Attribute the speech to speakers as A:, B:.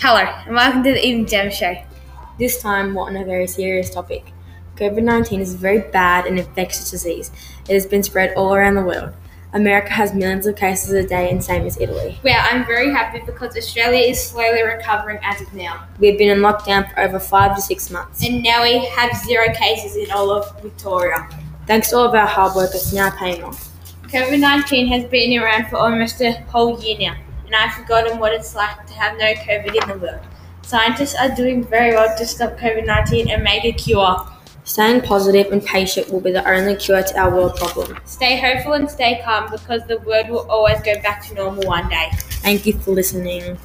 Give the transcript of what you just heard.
A: Hello, and welcome to the Even Gem Show.
B: This time, we're on a very serious topic. COVID 19 is a very bad and infectious disease. It has been spread all around the world. America has millions of cases a day, and same as Italy.
A: Well, I'm very happy because Australia is slowly recovering as of now,
B: We've been in lockdown for over five to six months.
A: and now we have zero cases in all of Victoria.
B: Thanks to all of our hard work, it's now paying off.
A: COVID 19 has been around for almost a whole year now, and I've forgotten what it's like to have no COVID in the world. Scientists are doing very well to stop COVID 19 and make a cure.
B: Staying positive and patient will be the only cure to our world problem.
A: Stay hopeful and stay calm because the world will always go back to normal one day.
B: Thank you for listening.